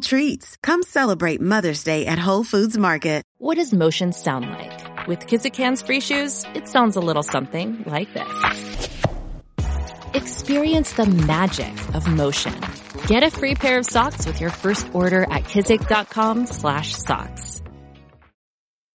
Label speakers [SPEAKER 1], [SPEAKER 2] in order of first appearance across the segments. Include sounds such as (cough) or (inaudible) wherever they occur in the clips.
[SPEAKER 1] treats. Come celebrate Mother's Day at Whole Foods Market.
[SPEAKER 2] What does motion sound like? With Kizikans free shoes, it sounds a little something like this. Experience the magic of motion. Get a free pair of socks with your first order at kizik.com slash socks.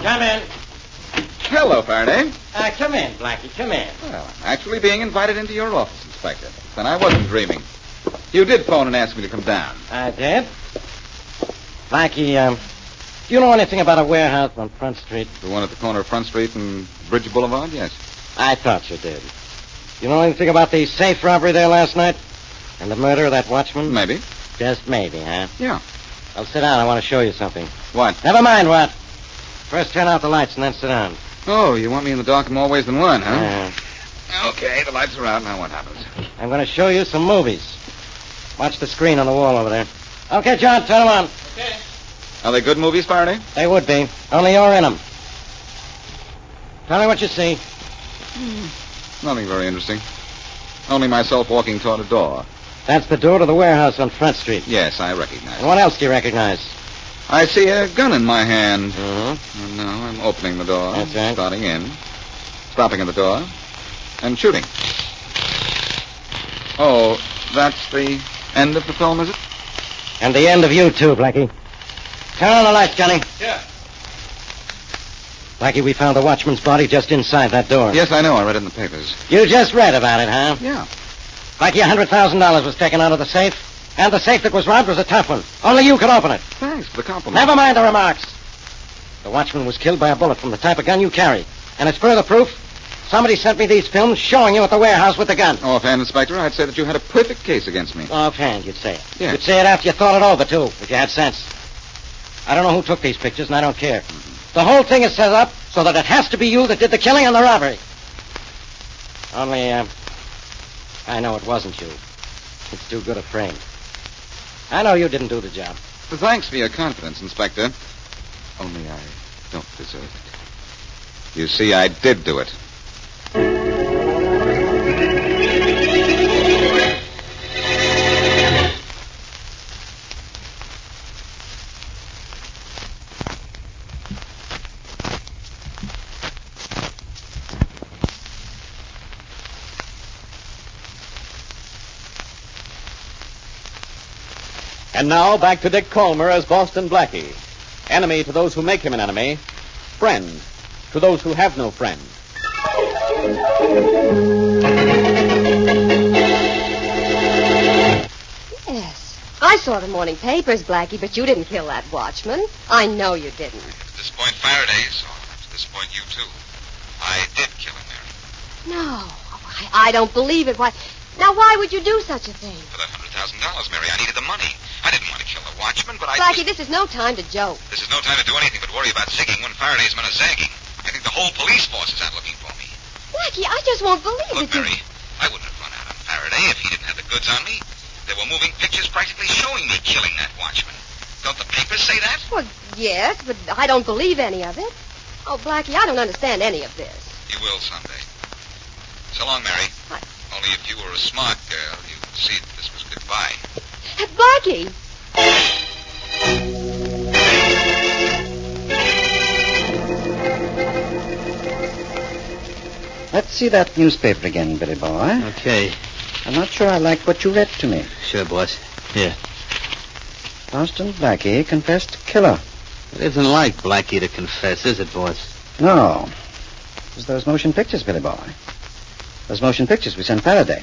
[SPEAKER 3] Come in.
[SPEAKER 4] Hello, Faraday.
[SPEAKER 3] Uh, come in, Blackie. Come in.
[SPEAKER 4] Well, I'm actually being invited into your office, Inspector. Then I wasn't dreaming. You did phone and ask me to come down.
[SPEAKER 3] I did. Uh, Blackie, um, do you know anything about a warehouse on Front Street?
[SPEAKER 4] The one at the corner of Front Street and Bridge Boulevard, yes.
[SPEAKER 3] I thought you did. You know anything about the safe robbery there last night? And the murder of that watchman?
[SPEAKER 4] Maybe.
[SPEAKER 3] Just maybe, huh?
[SPEAKER 4] Yeah.
[SPEAKER 3] Well, sit down. I want to show you something.
[SPEAKER 4] What?
[SPEAKER 3] Never mind what. First turn out the lights and then sit down.
[SPEAKER 4] Oh, you want me in the dark in more ways than one, huh?
[SPEAKER 3] Uh,
[SPEAKER 4] Okay, the lights are out. Now what happens?
[SPEAKER 3] I'm going to show you some movies. Watch the screen on the wall over there. Okay, John, turn 'em on.
[SPEAKER 4] Are they good movies, Faraday?
[SPEAKER 3] They would be. Only you're in 'em. Tell me what you see.
[SPEAKER 4] Nothing very interesting. Only myself walking toward a door.
[SPEAKER 3] That's the door to the warehouse on Front Street.
[SPEAKER 4] Yes, I recognize.
[SPEAKER 3] And
[SPEAKER 4] it.
[SPEAKER 3] what else do you recognize?
[SPEAKER 4] I see a gun in my hand.
[SPEAKER 3] Mm-hmm.
[SPEAKER 4] Oh, No, I'm opening the door.
[SPEAKER 3] That's right.
[SPEAKER 4] Starting in. Stopping at the door. And shooting. Oh, that's the end of the film, is it?
[SPEAKER 3] And the end of you, too, Blackie. Turn on the lights, Johnny.
[SPEAKER 4] Yeah.
[SPEAKER 3] Blackie, we found the watchman's body just inside that door.
[SPEAKER 4] Yes, I know. I read it in the papers.
[SPEAKER 3] You just read about it, huh?
[SPEAKER 4] Yeah.
[SPEAKER 3] Blackie, $100,000 was taken out of the safe. And the safe that was robbed was a tough one. Only you could open it.
[SPEAKER 4] Thanks for the compliment.
[SPEAKER 3] Never mind the remarks. The watchman was killed by a bullet from the type of gun you carry. And as further proof, somebody sent me these films showing you at the warehouse with the gun.
[SPEAKER 4] Offhand, Oh, Inspector, I'd say that you had a perfect case against me.
[SPEAKER 3] Offhand, you'd say it.
[SPEAKER 4] Yes.
[SPEAKER 3] You'd say it after you thought it over, too, if you had sense. I don't know who took these pictures, and I don't care. The whole thing is set up so that it has to be you that did the killing and the robbery. Only, uh, I know it wasn't you. It's too good a frame. I know you didn't do the job.
[SPEAKER 4] Thanks for your confidence, Inspector. Only I don't deserve it. You see, I did do it.
[SPEAKER 5] And now back to Dick Colmer as Boston Blackie. Enemy to those who make him an enemy, friend to those who have no friend.
[SPEAKER 6] Yes. I saw the morning papers, Blackie, but you didn't kill that watchman. I know you didn't.
[SPEAKER 4] At this point, Faraday, so at this point, you too. I did kill him, Mary.
[SPEAKER 6] No. I, I don't believe it. Why? Now, why would you do such a thing?
[SPEAKER 4] for that hundred thousand dollars, Mary. I needed the money. I didn't want to kill the watchman, but I.
[SPEAKER 6] Blackie, this is no time to joke.
[SPEAKER 4] This is no time to do anything but worry about zigging when Faraday
[SPEAKER 6] just won't believe
[SPEAKER 4] Look,
[SPEAKER 6] that you.
[SPEAKER 4] Mary, I wouldn't have run out on Faraday if he didn't have the goods on me. There were moving pictures practically showing me killing that watchman. Don't the papers say that?
[SPEAKER 6] Well, yes, but I don't believe any of it. Oh, Blackie, I don't understand any of this.
[SPEAKER 4] You will someday. So long, Mary.
[SPEAKER 6] I-
[SPEAKER 4] Only if you were a smart girl, you'd see that this was goodbye.
[SPEAKER 6] Hey, Uh, Blackie!
[SPEAKER 3] Let's see that newspaper again, Billy Boy.
[SPEAKER 7] Okay.
[SPEAKER 3] I'm not sure I like what you read to me.
[SPEAKER 7] Sure, boss. Here.
[SPEAKER 3] Boston Blackie confessed killer.
[SPEAKER 7] It isn't like Blackie to confess, is it, boss?
[SPEAKER 3] No. It was those motion pictures, Billy Boy. Those motion pictures we sent Faraday.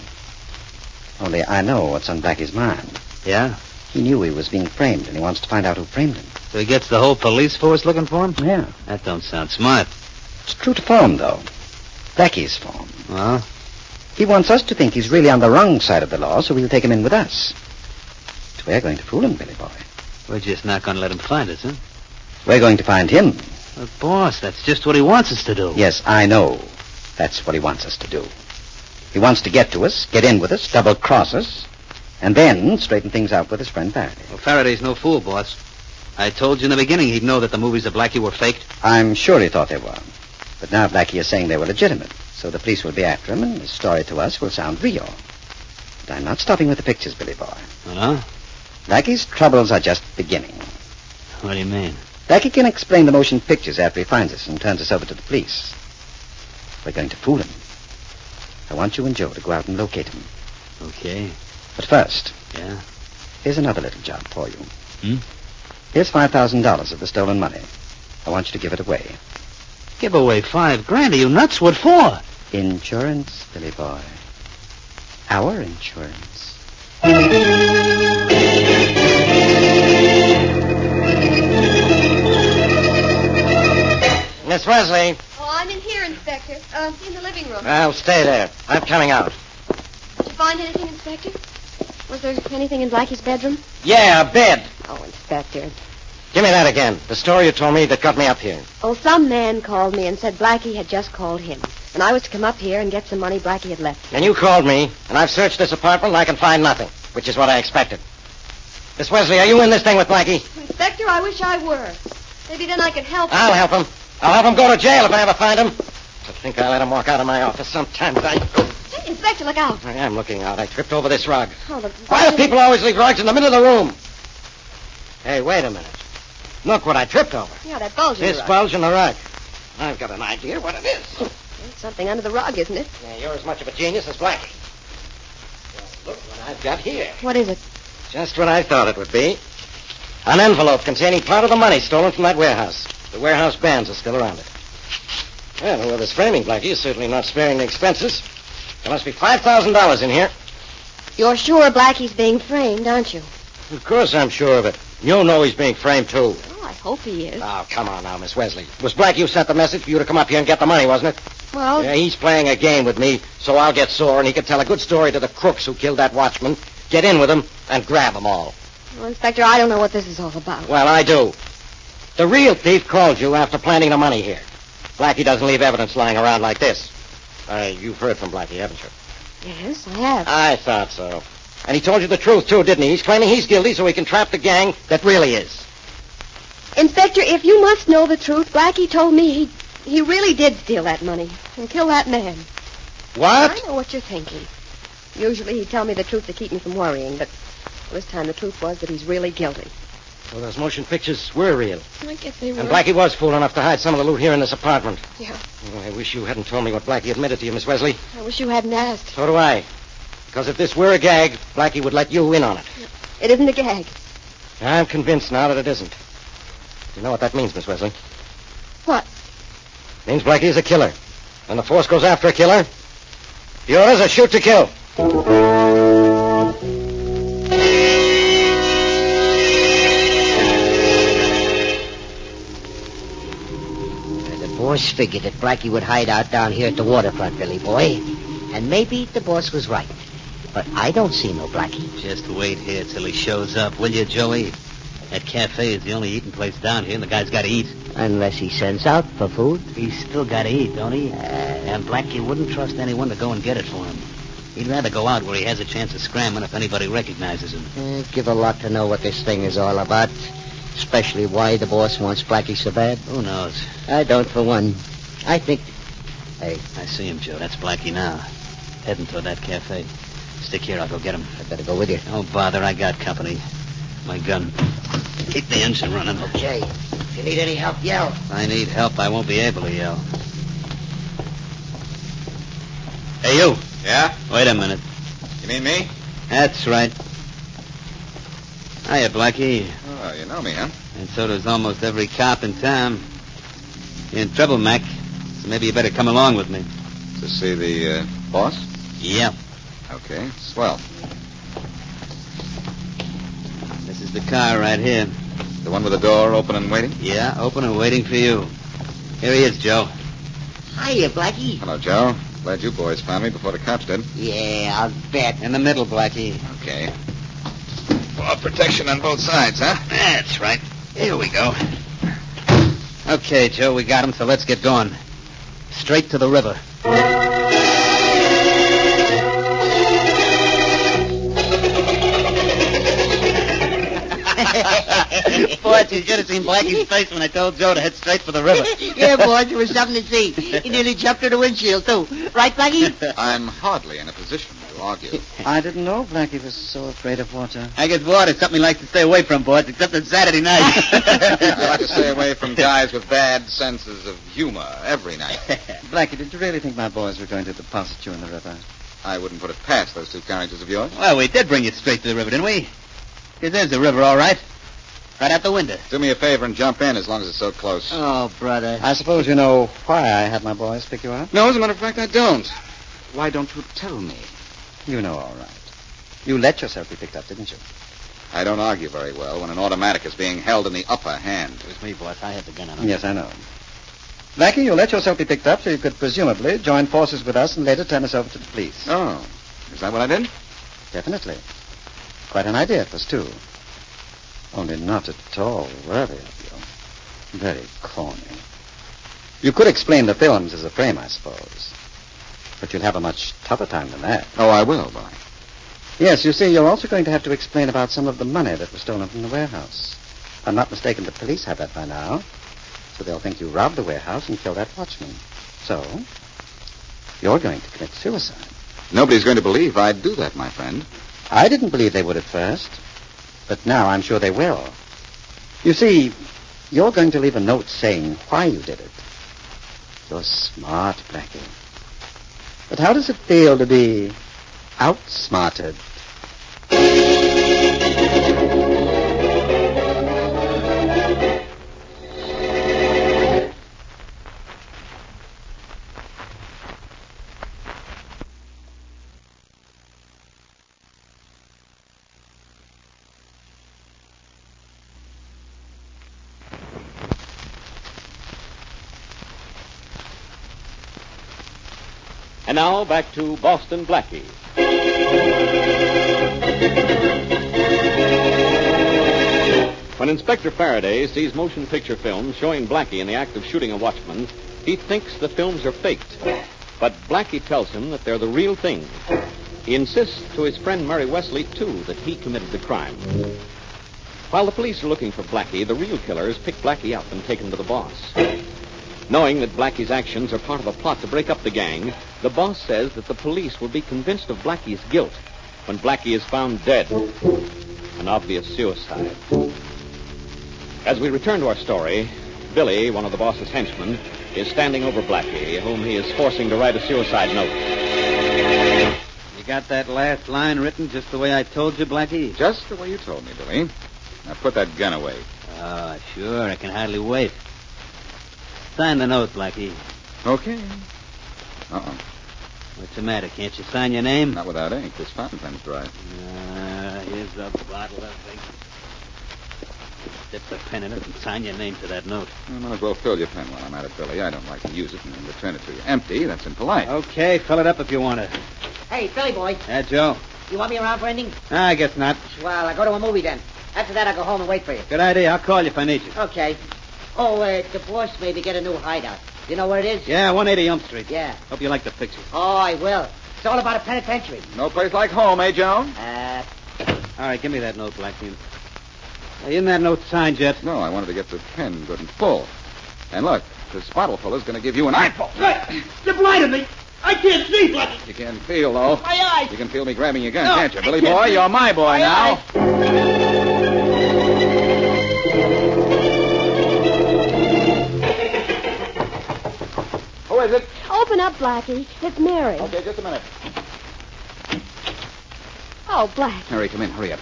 [SPEAKER 3] Only I know what's on Blackie's mind.
[SPEAKER 7] Yeah?
[SPEAKER 3] He knew he was being framed, and he wants to find out who framed him.
[SPEAKER 7] So he gets the whole police force looking for him?
[SPEAKER 3] Yeah.
[SPEAKER 7] That don't sound smart.
[SPEAKER 3] It's true to form, though. Blackie's form.
[SPEAKER 7] Well,
[SPEAKER 3] He wants us to think he's really on the wrong side of the law, so we'll take him in with us. But we're going to fool him, Billy Boy.
[SPEAKER 7] we're just not going to let him find us, huh?
[SPEAKER 3] We're going to find him.
[SPEAKER 7] Well, boss, that's just what he wants us to do.
[SPEAKER 3] Yes, I know. That's what he wants us to do. He wants to get to us, get in with us, double cross us, and then straighten things out with his friend Faraday.
[SPEAKER 7] Well, Faraday's no fool, boss. I told you in the beginning he'd know that the movies of Blackie were faked.
[SPEAKER 3] I'm sure he thought they were. But now Blackie is saying they were legitimate, so the police will be after him, and his story to us will sound real. But I'm not stopping with the pictures, Billy Boy.
[SPEAKER 7] Huh?
[SPEAKER 3] Blackie's troubles are just beginning.
[SPEAKER 7] What do you mean?
[SPEAKER 3] Blackie can explain the motion pictures after he finds us and turns us over to the police. We're going to fool him. I want you and Joe to go out and locate him.
[SPEAKER 7] Okay.
[SPEAKER 3] But first,
[SPEAKER 7] Yeah.
[SPEAKER 3] here's another little job for you.
[SPEAKER 7] Hmm?
[SPEAKER 3] Here's $5,000 of the stolen money. I want you to give it away.
[SPEAKER 7] Give away five grand. Are you nuts? What for?
[SPEAKER 3] Insurance, Billy boy. Our insurance. Miss Wesley.
[SPEAKER 6] Oh, I'm in here, Inspector. Uh, in the living room.
[SPEAKER 3] Well, stay there. I'm coming out.
[SPEAKER 6] Did you find anything, Inspector? Was there anything in Blackie's bedroom?
[SPEAKER 3] Yeah, a bed.
[SPEAKER 6] Oh, Inspector.
[SPEAKER 3] Give me that again. The story you told me that got me up here.
[SPEAKER 6] Oh, some man called me and said Blackie had just called him. And I was to come up here and get some money Blackie had left.
[SPEAKER 3] And you called me, and I've searched this apartment, and I can find nothing, which is what I expected. Miss Wesley, are you in this thing with Blackie?
[SPEAKER 6] Inspector, I wish I were. Maybe then I could help
[SPEAKER 3] I'll help him. I'll have him go to jail if I ever find him. To think I let him walk out of my office sometimes. I...
[SPEAKER 6] Inspector, look out.
[SPEAKER 3] I am looking out. I tripped over this rug.
[SPEAKER 6] Oh, the
[SPEAKER 3] Why do people always leave rugs in the middle of the room? Hey, wait a minute. Look what I tripped over.
[SPEAKER 6] Yeah, that bulge in
[SPEAKER 3] This
[SPEAKER 6] the rug.
[SPEAKER 3] bulge in the rug. I've got an idea what it is.
[SPEAKER 6] It's something under the rug, isn't it?
[SPEAKER 3] Now, you're as much of a genius as Blackie. Well, look what I've got here.
[SPEAKER 6] What is it?
[SPEAKER 3] Just what I thought it would be. An envelope containing part of the money stolen from that warehouse. The warehouse bands are still around it. Well, whoever's framing Blackie is certainly not sparing the expenses. There must be $5,000 in here.
[SPEAKER 6] You're sure Blackie's being framed, aren't you?
[SPEAKER 3] Of course I'm sure of it. You know he's being framed, too.
[SPEAKER 6] Oh, I hope he is.
[SPEAKER 3] Oh, come on now, Miss Wesley. It was Blackie who sent the message for you to come up here and get the money, wasn't it?
[SPEAKER 6] well,
[SPEAKER 3] Yeah, he's playing a game with me, so I'll get sore, and he can tell a good story to the crooks who killed that watchman, get in with them, and grab them all.
[SPEAKER 6] well, Inspector, I don't know what this is all about.
[SPEAKER 3] Well, I do. The real thief called you after planting the money here. Blackie doesn't leave evidence lying around like this. Uh, you've heard from Blackie, haven't you?
[SPEAKER 6] Yes, I have.
[SPEAKER 3] I thought so. And he told you the truth, too, didn't he? He's claiming he's guilty so he can trap the gang that really is.
[SPEAKER 6] Inspector, if you must know the truth, Blackie told me he he really did steal that money and kill that man.
[SPEAKER 3] What?
[SPEAKER 6] I know what you're thinking. Usually he'd tell me the truth to keep me from worrying, but this time the truth was that he's really guilty.
[SPEAKER 3] Well, those motion pictures were real.
[SPEAKER 6] I guess they were.
[SPEAKER 3] And Blackie was fool enough to hide some of the loot here in this apartment.
[SPEAKER 6] Yeah.
[SPEAKER 3] Oh, I wish you hadn't told me what Blackie admitted to you, Miss Wesley.
[SPEAKER 6] I wish you hadn't asked.
[SPEAKER 3] So do I. Because if this were a gag, Blackie would let you in on it.
[SPEAKER 6] It isn't a gag.
[SPEAKER 3] I'm convinced now that it isn't. You know what that means, Miss Wesley?
[SPEAKER 6] What?
[SPEAKER 3] Means Blackie is a killer. When the force goes after a killer, the orders are shoot to kill.
[SPEAKER 8] The boss figured that Blackie would hide out down here at the waterfront, Billy boy. And maybe the boss was right. But I don't see no Blackie.
[SPEAKER 7] Just wait here till he shows up, will you, Joey?
[SPEAKER 3] That cafe is the only eating place down here, and the guy's got to eat.
[SPEAKER 9] Unless he sends out for food. Uh,
[SPEAKER 3] He's still got to eat, don't he? and Blackie wouldn't trust anyone to go and get it for him. He'd rather go out where he has a chance of scrambling if anybody recognizes him.
[SPEAKER 9] Eh, give a lot to know what this thing is all about. Especially why the boss wants Blackie so bad.
[SPEAKER 3] Who knows?
[SPEAKER 9] I don't, for one. I think.
[SPEAKER 3] Hey, I see him, Joe. That's Blackie now. Heading toward that cafe. Stick here. I'll go get him.
[SPEAKER 9] I better go with you.
[SPEAKER 3] Don't bother. I got company. My gun. Keep the engine running.
[SPEAKER 9] Okay. If you need any help, yell.
[SPEAKER 3] If I need help. I won't be able to yell. Hey, you.
[SPEAKER 4] Yeah?
[SPEAKER 3] Wait a minute.
[SPEAKER 4] You mean me?
[SPEAKER 3] That's right. Hiya, Blackie.
[SPEAKER 4] Oh, you know me, huh?
[SPEAKER 3] And so does almost every cop in town. You're in trouble, Mac. So maybe you better come along with me.
[SPEAKER 4] To see the uh, boss?
[SPEAKER 3] Yeah.
[SPEAKER 4] Okay, swell.
[SPEAKER 3] This is the car right here.
[SPEAKER 4] The one with the door open and waiting?
[SPEAKER 3] Yeah, open and waiting for you. Here he is, Joe.
[SPEAKER 9] Hiya, Blackie.
[SPEAKER 4] Hello, Joe. Glad you boys found me before the cops did.
[SPEAKER 9] Yeah, I'll bet.
[SPEAKER 3] In the middle, Blackie.
[SPEAKER 4] Okay. Well, protection on both sides, huh?
[SPEAKER 3] That's right. Here we go. Okay, Joe, we got him, so let's get going. Straight to the river. (laughs) Boy, you should have seen Blackie's face when I told Joe to head straight for the river.
[SPEAKER 9] (laughs) yeah, boys, it was something to see. He nearly jumped through the windshield, too. Right, Blackie?
[SPEAKER 3] (laughs)
[SPEAKER 4] I'm hardly in a position to argue.
[SPEAKER 10] I didn't know Blackie was so afraid of water.
[SPEAKER 3] I guess water's something he likes to stay away from, boys, except on
[SPEAKER 10] (laughs)
[SPEAKER 3] Saturday night.
[SPEAKER 4] I like to stay away
[SPEAKER 3] (laughs)
[SPEAKER 4] from guys with bad senses of humor every night.
[SPEAKER 10] Blackie, did you really think my boys were going to deposit you in the river?
[SPEAKER 4] I wouldn't put it past those two carriages of yours.
[SPEAKER 3] Well, we did bring you straight to the river, didn't we? Here, there's the river, all right. Right out the window.
[SPEAKER 4] Do me a favor and jump in as long as it's so close.
[SPEAKER 3] Oh, brother.
[SPEAKER 10] I suppose you know why I had my boys pick you up.
[SPEAKER 4] No, as a matter of fact, I don't.
[SPEAKER 10] Why don't you tell me? You know all right. You let yourself be picked up, didn't you?
[SPEAKER 4] I don't argue very well when an automatic is being held in the upper hand.
[SPEAKER 3] It was me, boss. I had the gun on him.
[SPEAKER 10] Yes, I know. Blackie, you let yourself be picked up so you could presumably join forces with us and later turn us over to the police.
[SPEAKER 4] Oh, is that what I did?
[SPEAKER 10] Definitely. Quite an idea it was, too. Only not at all worthy of you. Very corny. You could explain the films as a frame, I suppose. But you'll have a much tougher time than that.
[SPEAKER 4] Oh, I will, Barney.
[SPEAKER 10] Yes, you see, you're also going to have to explain about some of the money that was stolen from the warehouse. If I'm not mistaken, the police have that by now. So they'll think you robbed the warehouse and killed that watchman. So, you're going to commit suicide.
[SPEAKER 4] Nobody's going to believe I'd do that, my friend.
[SPEAKER 10] I didn't believe they would at first, but now I'm sure they will. You see, you're going to leave a note saying why you did it. You're smart, Blackie. But how does it feel to be outsmarted?
[SPEAKER 11] And now back to Boston Blackie. When Inspector Faraday sees motion picture films showing Blackie in the act of shooting a watchman, he thinks the films are faked. But Blackie tells him that they're the real thing. He insists to his friend Murray Wesley, too, that he committed the crime. While the police are looking for Blackie, the real killers pick Blackie up and take him to the boss. Knowing that Blackie's actions are part of a plot to break up the gang, the boss says that the police will be convinced of Blackie's guilt when Blackie is found dead. An obvious suicide. As we return to our story, Billy, one of the boss's henchmen, is standing over Blackie, whom he is forcing to write a suicide note.
[SPEAKER 3] You got that last line written just the way I told you, Blackie?
[SPEAKER 4] Just the way you told me, Billy. Now put that gun away.
[SPEAKER 3] Oh, sure. I can hardly wait. Sign the note, Blackie.
[SPEAKER 4] Okay. Uh-oh.
[SPEAKER 3] What's the matter? Can't you sign your name?
[SPEAKER 4] Uh-uh. Not without ink. This fountain pen's dry.
[SPEAKER 3] Uh, here's a bottle of ink. Dip the pen in it and sign your name to that note.
[SPEAKER 4] I might as well fill your pen while I'm at it, Billy. I don't like to use it and then return it to you empty. That's impolite.
[SPEAKER 3] Okay, fill it up if you want it.
[SPEAKER 9] Hey, Billy boy,
[SPEAKER 3] Yeah, Joe.
[SPEAKER 9] you want me around for anything?
[SPEAKER 3] I guess not.
[SPEAKER 9] Well, I go to a movie then.
[SPEAKER 3] After that, I'll go home and wait for you.
[SPEAKER 12] Good idea. I'll call you if I need you.
[SPEAKER 3] Okay. Oh, uh, the boss made me get a new hideout. You know where it is?
[SPEAKER 12] Yeah, 180 Elm Street.
[SPEAKER 3] Yeah.
[SPEAKER 12] Hope you like the picture.
[SPEAKER 3] Oh, I will. It's all about a penitentiary.
[SPEAKER 12] No place like home, eh, Joan?
[SPEAKER 3] Uh,
[SPEAKER 12] All right, give me that note, Blackie. Now, isn't that note signed yet?
[SPEAKER 4] No, I wanted to get the pen good and full. And look, this bottle fellow's going to give you an eyeful.
[SPEAKER 3] You're blinding me. I can't see, Blackie.
[SPEAKER 4] You can feel, though.
[SPEAKER 3] My eyes.
[SPEAKER 4] You can feel me grabbing your gun,
[SPEAKER 3] No,
[SPEAKER 4] can't you?
[SPEAKER 3] I
[SPEAKER 4] Billy
[SPEAKER 3] can't
[SPEAKER 4] boy,
[SPEAKER 3] see.
[SPEAKER 4] you're my boy
[SPEAKER 3] My
[SPEAKER 4] now. Who Oh, is it?
[SPEAKER 6] Open up, Blackie. It's Mary.
[SPEAKER 4] Okay, just a minute.
[SPEAKER 6] Oh, Black.
[SPEAKER 4] Harry, come in. Hurry up.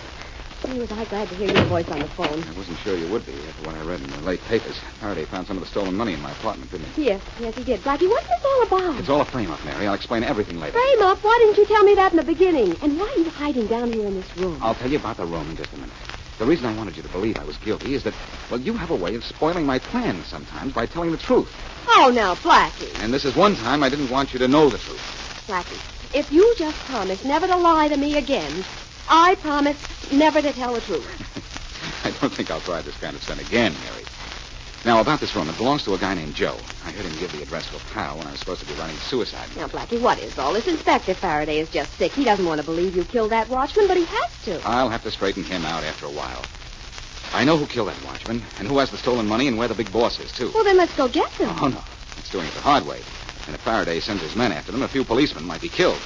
[SPEAKER 6] Gee, was I glad to hear your voice on the phone.
[SPEAKER 4] I wasn't sure you would be after what I read in the late papers. Faraday found some of the stolen money in my apartment, didn't he?
[SPEAKER 6] Yes, yes, he did. Blackie, what's this all about?
[SPEAKER 4] It's all a frame-up, Mary. I'll explain everything later.
[SPEAKER 6] Frame up. Why didn't you tell me that in the beginning? And why are you hiding down here in this
[SPEAKER 3] Oh.
[SPEAKER 6] room?
[SPEAKER 4] I'll tell you about the room in just a minute. The reason I wanted you to believe I was guilty is that, well, you have a way of spoiling my plans sometimes by telling the truth.
[SPEAKER 6] Oh, now, Blackie.
[SPEAKER 4] And this is one time I didn't want you to know the truth. (laughs)
[SPEAKER 6] Blackie, if you just promise never to lie to me again, I promise never to tell the truth.
[SPEAKER 4] I don't think I'll try this kind of sin again, Mary. Now, about this room, it belongs to a guy named Joe. I heard him give the address to a pal when I was supposed to be running suicide.
[SPEAKER 6] Now, Blackie, what is all this? Inspector Faraday is just sick. He doesn't want to believe you killed that watchman, but he has to.
[SPEAKER 4] I'll have to straighten him out after a while. I know who killed that watchman and who has the stolen money and where the big boss is, too.
[SPEAKER 6] Well, then let's go get them.
[SPEAKER 4] Oh, no. It's doing it the hard way. And if Faraday sends his men after them, a few policemen might be killed.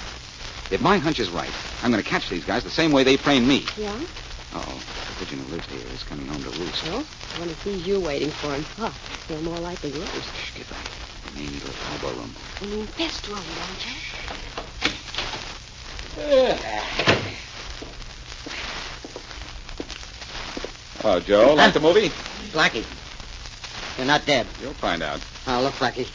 [SPEAKER 4] If my hunch is right, I'm going to catch these guys the same way they framed me.
[SPEAKER 6] Yeah?
[SPEAKER 4] Oh, the pigeon who lives here is coming home to roost.
[SPEAKER 6] Well, when he sees you waiting for him, huh? He'll more likely roast.
[SPEAKER 4] Shh, get back. The main little elbow room.
[SPEAKER 6] I mean, best room, don't you?
[SPEAKER 3] Uh,
[SPEAKER 4] Oh, Joe, like the movie?
[SPEAKER 3] Blackie, you're not dead.
[SPEAKER 4] You'll find out.
[SPEAKER 3] Oh, look, Blackie.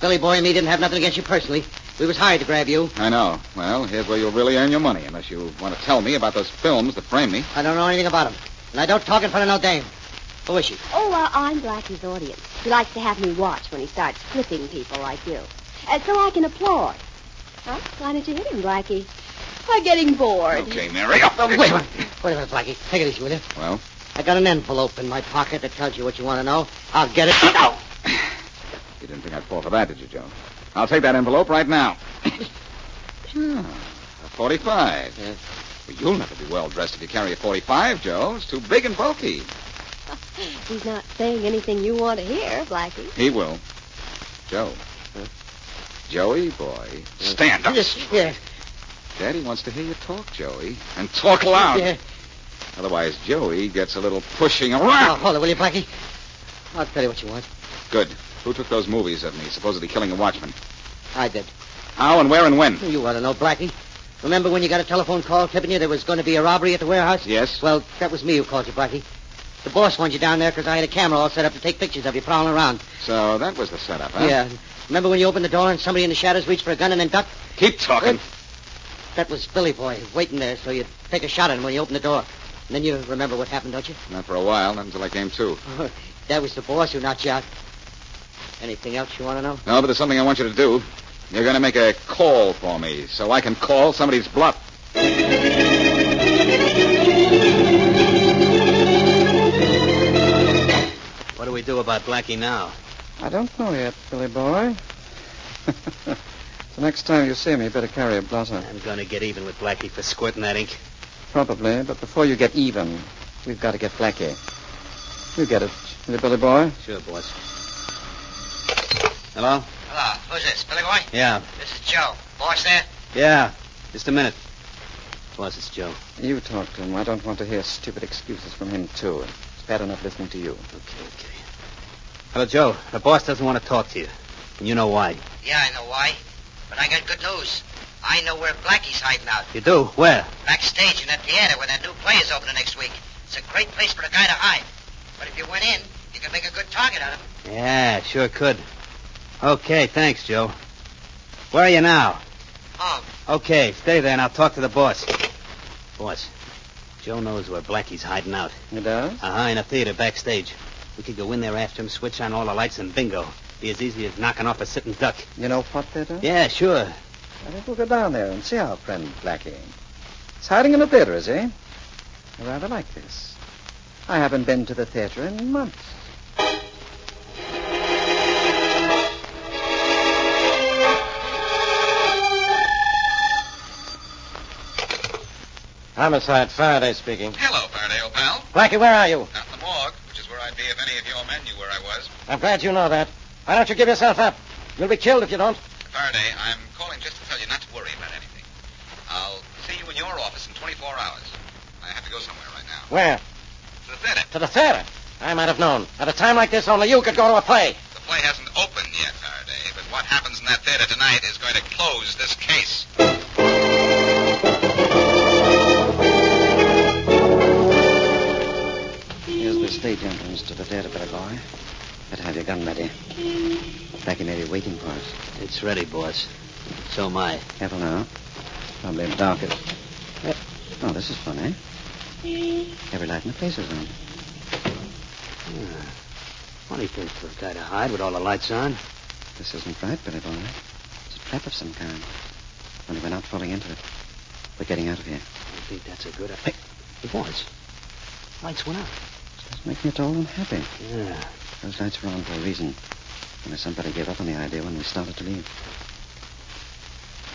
[SPEAKER 3] Billy Boy and me didn't have nothing against you personally. We was hired to grab you.
[SPEAKER 4] I know. Well, here's where you'll really earn your money, unless you want to tell me about those films that framed me.
[SPEAKER 3] I don't know anything about him. And I don't talk in front of no dame. Who is she?
[SPEAKER 6] Oh, uh, I'm Blackie's audience. He likes to have me watch when he starts flipping people like you. Uh, so I can applaud. Huh? Why did you hit him, Blackie? By getting bored. (laughs)
[SPEAKER 4] Okay, Mary.
[SPEAKER 3] Oh, wait a minute. Wait a minute, Blackie. Take it easy, will you?
[SPEAKER 4] Well,
[SPEAKER 3] I got an envelope in my pocket that tells you what you want to know. I'll get it. Oh!
[SPEAKER 4] you didn't think I'd fall for that, did you, Joe? I'll take that envelope right
[SPEAKER 3] (coughs)
[SPEAKER 4] now. Sure. A 45. Well, you'll never be well dressed if you carry a 45, Joe. It's too big and bulky.
[SPEAKER 6] He's not saying anything you want to hear, Blackie.
[SPEAKER 4] He will. Joe. Joey, boy. Stand up.
[SPEAKER 3] Yes, yeah.
[SPEAKER 4] Daddy wants to hear you talk, Joey. And talk loud.
[SPEAKER 3] Yeah.
[SPEAKER 4] Otherwise, Joey gets a little pushing
[SPEAKER 3] Oh,
[SPEAKER 4] around.
[SPEAKER 3] hold it, will you, Blackie? I'll tell you what you want.
[SPEAKER 4] Good. Who took those movies of me, supposedly killing a watchman?
[SPEAKER 3] I did.
[SPEAKER 4] How and where and when?
[SPEAKER 3] Hmm, You ought to know, Blackie. Remember when you got a telephone call tipping you there was going to be a robbery at the warehouse?
[SPEAKER 4] Yes.
[SPEAKER 3] Well, that was me who called you, Blackie. The boss wanted you down there because I had a camera all set up to take pictures of you prowling around.
[SPEAKER 4] So that was the setup, huh?
[SPEAKER 3] Yeah. Remember when you opened the door and somebody in the shadows reached for a gun and then ducked?
[SPEAKER 4] Keep talking.
[SPEAKER 3] That was Billy Boy waiting there so you'd take a shot at him when you opened the door. And then you remember what happened, don't you?
[SPEAKER 4] Not for a while, not until I came to.
[SPEAKER 3] (laughs) that was the boss who knocked you out. Anything else you want to know?
[SPEAKER 4] No, but there's something I want you to do. You're going to make a call for me so I can call somebody's bluff.
[SPEAKER 12] What do we do about Blackie now?
[SPEAKER 13] I don't know yet, Billy boy. (laughs) the next time you see me, you better carry a blotter.
[SPEAKER 12] I'm going to get even with Blackie for squirting that ink.
[SPEAKER 13] Probably, but before you get even, we've got to get Blackie. You get it, you Billy boy?
[SPEAKER 12] Sure, boss. Hello?
[SPEAKER 3] Hello. Who's this? Billy Boy?
[SPEAKER 12] Yeah.
[SPEAKER 3] This is Joe. Boss there?
[SPEAKER 12] Yeah. Just a minute. Boss, it's Joe.
[SPEAKER 13] You talk to him. I don't want to hear stupid excuses from him, too. It's bad enough listening to you.
[SPEAKER 12] Okay, okay. Hello, Joe. The boss doesn't want to talk to you. And you know why.
[SPEAKER 3] Yeah, I know why. But I got good news. I know where Blackie's hiding out.
[SPEAKER 12] You do? Where?
[SPEAKER 3] Backstage in that theater where that new play is opening next week. It's a great place for a guy to hide. But if you went in, you could make a good target out of him.
[SPEAKER 12] Yeah, sure could. Okay, thanks, Joe. Where are you now?
[SPEAKER 3] Home.
[SPEAKER 12] Okay, stay there and I'll talk to the boss. Boss, Joe knows where Blackie's hiding out.
[SPEAKER 13] He does?
[SPEAKER 12] Uh-huh, in a theater backstage. We could go in there after him, switch on all the lights, and bingo. Be as easy as knocking off a sitting duck.
[SPEAKER 13] You know what they do?
[SPEAKER 12] Yeah, sure.
[SPEAKER 13] I think we'll go down there and see our friend Blackie. He's hiding in a theater, is he? I rather like this.
[SPEAKER 14] I haven't been to the theater in months.
[SPEAKER 3] Homicide, Faraday speaking.
[SPEAKER 4] Hello, Faraday, old pal.
[SPEAKER 3] Blackie, where are you?
[SPEAKER 4] Out in the morgue, which is where I'd be if any of your men knew where I was.
[SPEAKER 3] I'm glad you know that. Why don't you give yourself up? You'll be killed if you don't.
[SPEAKER 4] Faraday, I'm calling just to tell you not to worry about anything. I'll see you in your office in 24 hours. I have to go somewhere right now.
[SPEAKER 3] Where?
[SPEAKER 4] To the theater.
[SPEAKER 3] To the theater. I might have known. At a time like this, only you could go to a play.
[SPEAKER 4] The play hasn't opened yet, Faraday, but what happens in that theater tonight is going to close this case.
[SPEAKER 14] Here's the stage entrance to the theater, Bellagore. Better have your gun ready. Blackie may be waiting for us.
[SPEAKER 7] It's ready, boss. So am I.
[SPEAKER 14] Careful now. Probably dark as... Uh, Oh, this is funny. Every light in the place is on.
[SPEAKER 7] Yeah. Hmm. Funny place for a guy to hide with all the lights on.
[SPEAKER 14] This isn't right, Billy Boy. It's a trap of some kind. Only we're not falling into it. We're getting out of here.
[SPEAKER 7] I think that's a good idea. It was. Lights went out.
[SPEAKER 14] It's making it all unhappy.
[SPEAKER 7] Yeah.
[SPEAKER 14] Those lights were on for a reason. Only somebody gave up on the idea when we started to leave.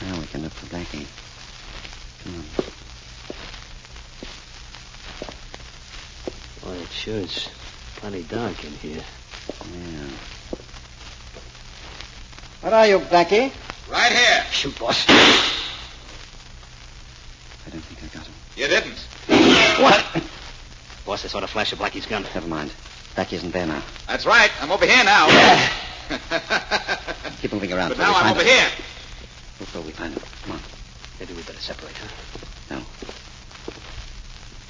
[SPEAKER 14] Now we can look for Blackie. Come on.
[SPEAKER 7] Boy, it sure is plenty dark in here.
[SPEAKER 14] Yeah.
[SPEAKER 3] Where are you, Blackie?
[SPEAKER 4] Right here.
[SPEAKER 7] Shoot, boss.
[SPEAKER 14] I don't think I got him.
[SPEAKER 4] You didn't.
[SPEAKER 7] What? boss, I saw the flash of Blackie's gun.
[SPEAKER 14] Never mind. Blackie isn't there now.
[SPEAKER 4] That's right. I'm over here now. (laughs)
[SPEAKER 14] Keep moving around.
[SPEAKER 4] but
[SPEAKER 14] till we
[SPEAKER 4] now I'm
[SPEAKER 14] find
[SPEAKER 4] over
[SPEAKER 14] him.
[SPEAKER 4] here.
[SPEAKER 14] Until we find him. Come on.
[SPEAKER 7] Maybe we better separate, huh?
[SPEAKER 14] No.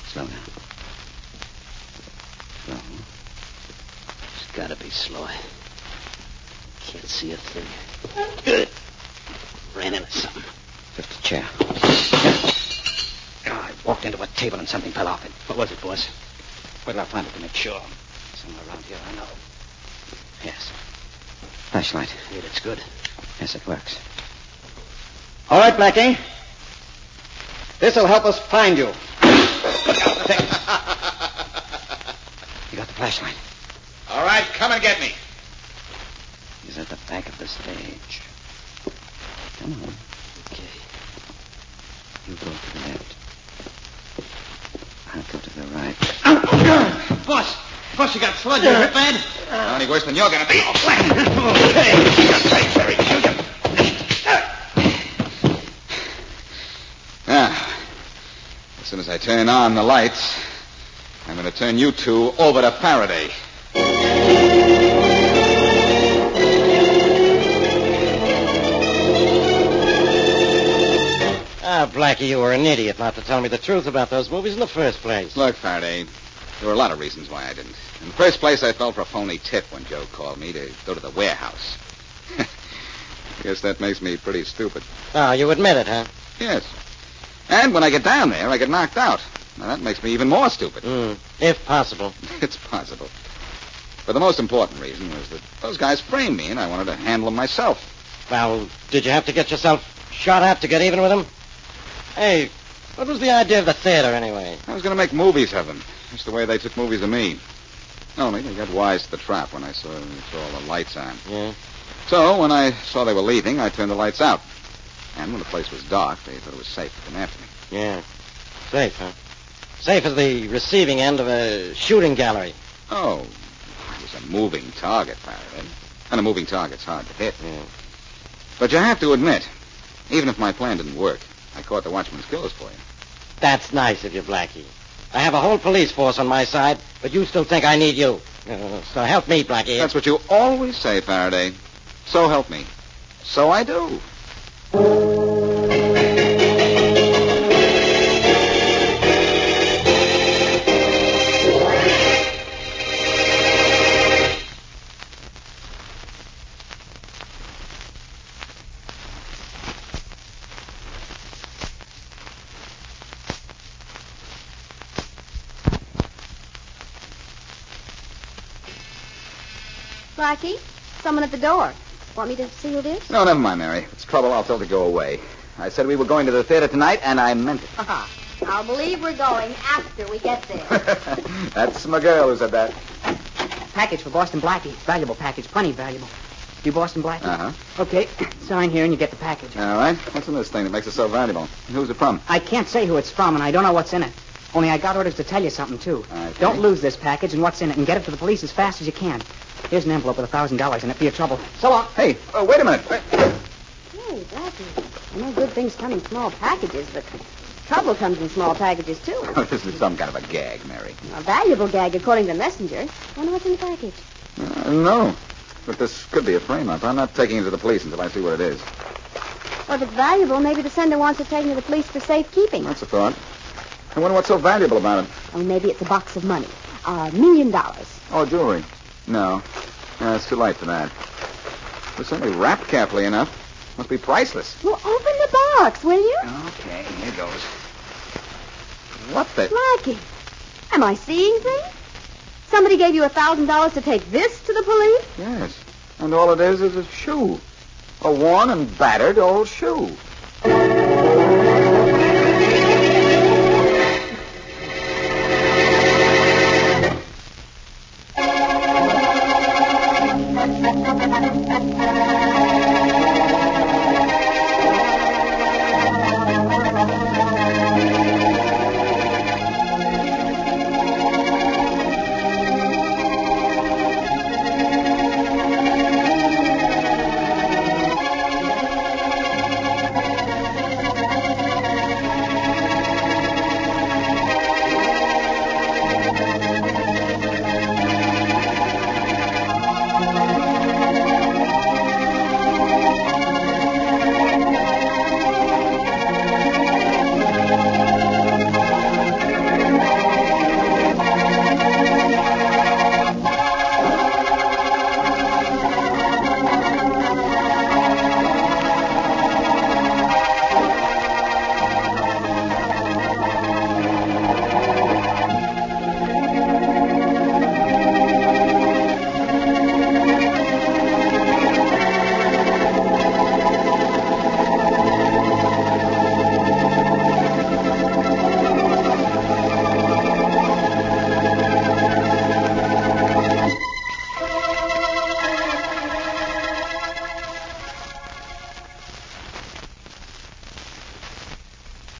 [SPEAKER 14] Slow now. Slow.
[SPEAKER 7] It's gotta be slow. Can't see a thing. Ran into something.
[SPEAKER 14] Lift the chair. Ah, I walked into a table and something fell off it.
[SPEAKER 7] What was it, boss?
[SPEAKER 14] Where did I find it to make sure? Somewhere around here, I know. Yes. Flashlight.
[SPEAKER 7] Hey, that's good.
[SPEAKER 14] Yes, it works.
[SPEAKER 3] All right, Blackie. This'll help us find
[SPEAKER 4] (laughs)
[SPEAKER 3] you.
[SPEAKER 14] You got the flashlight.
[SPEAKER 4] All right, come and get me.
[SPEAKER 14] He's at the back of the stage. Come on.
[SPEAKER 7] Okay.
[SPEAKER 14] You go to the left. I'll go to the right.
[SPEAKER 4] (coughs)
[SPEAKER 3] Boss, boss, you got flooded,
[SPEAKER 14] Uh,
[SPEAKER 3] you hurt bad?
[SPEAKER 4] Not any worse than you're going to be. Now, Ah. as soon as I turn on the lights, I'm going to turn you two over to Faraday.
[SPEAKER 3] Ah, Blackie, you were an idiot not to tell me the truth about those movies in the first place.
[SPEAKER 4] Look, Faraday, there were a lot of reasons why I didn't. In the first place, I fell for a phony tip when Joe called me to go to the warehouse. (laughs) I guess that makes me pretty stupid.
[SPEAKER 3] Now, Ah, you admit it, huh?
[SPEAKER 4] Yes. And when I get down there, I get knocked out. Now, that makes me even more stupid. (laughs)
[SPEAKER 3] Hmm. If possible.
[SPEAKER 4] It's possible. But the most important reason was that those guys framed me, and I wanted to handle them myself.
[SPEAKER 3] Well, did you have to get yourself shot at to get even with him? Hey, what was the idea of the theater, anyway?
[SPEAKER 4] I was going to make movies of them, just the way they took movies of me. Only they got wise to the trap when I saw, saw all the lights on.
[SPEAKER 3] Yeah.
[SPEAKER 4] So when I saw they were leaving, I turned the lights out. And when the place was dark, they thought it was safe to come after me.
[SPEAKER 3] Yeah. Safe, huh? Safe as the receiving end of a shooting gallery.
[SPEAKER 4] Oh, I was a moving target, Faraday. And a moving target's hard to hit.
[SPEAKER 3] Yeah.
[SPEAKER 4] But you have to admit, even if my plan didn't work, I caught the watchman's killers for you.
[SPEAKER 3] That's nice of you, Blackie. I have a whole police force on my side, but you still think I need you. Uh, so help me, Blackie.
[SPEAKER 4] That's what you always say, Faraday. So help me. So I do.
[SPEAKER 6] Blackie, someone at the door. Want me to see who it is?
[SPEAKER 4] No, never mind, Mary. It's trouble. I'll tell to go away. I said we were going to the theater tonight, and I meant it.
[SPEAKER 6] Aha. Uh-huh. I'll believe we're going after we get there.
[SPEAKER 4] That's my girl who said that.
[SPEAKER 15] (laughs) Package for Boston Blackie. Valuable package. Plenty valuable. You Boston Blackie?
[SPEAKER 4] Uh huh.
[SPEAKER 15] Okay. (clears throat) Sign here and you get the package.
[SPEAKER 4] All right. What's in this thing that makes it so valuable? And Who's it from?
[SPEAKER 15] I can't say who it's from and I don't know what's in it. Only I got orders to tell you something, too. Don't lose this package and what's in it and get it to the police as fast as you can. Here's an envelope with a $1,000 in it for your trouble. So long.
[SPEAKER 4] Hey, oh, wait a minute. Wait.
[SPEAKER 6] Hey, Blackie. I know good things come in small packages, but trouble comes in small packages, too.
[SPEAKER 4] this is some kind of a gag, Mary.
[SPEAKER 6] A valuable gag, according to messenger. Wonder what's in the package.
[SPEAKER 4] I don't know. Uh, But this could be a frame up. I'm not taking it to the police until I see what it is.
[SPEAKER 6] Well, if it's valuable, maybe the sender wants it taken to the police for safekeeping.
[SPEAKER 4] That's a thought. I wonder what's so valuable about it.
[SPEAKER 6] Or maybe it's a box of money. A million dollars.
[SPEAKER 4] Oh, jewelry. No. No, it's too light for that. It's certainly wrapped carefully enough. Must be priceless.
[SPEAKER 6] Well, open the box, will you?
[SPEAKER 4] Okay, here goes. What the?
[SPEAKER 6] Blackie, am I seeing things? Somebody gave you a thousand dollars to take this to the police?
[SPEAKER 4] Yes. And all it is is a shoe. A worn and battered old shoe.
[SPEAKER 6] Thank you.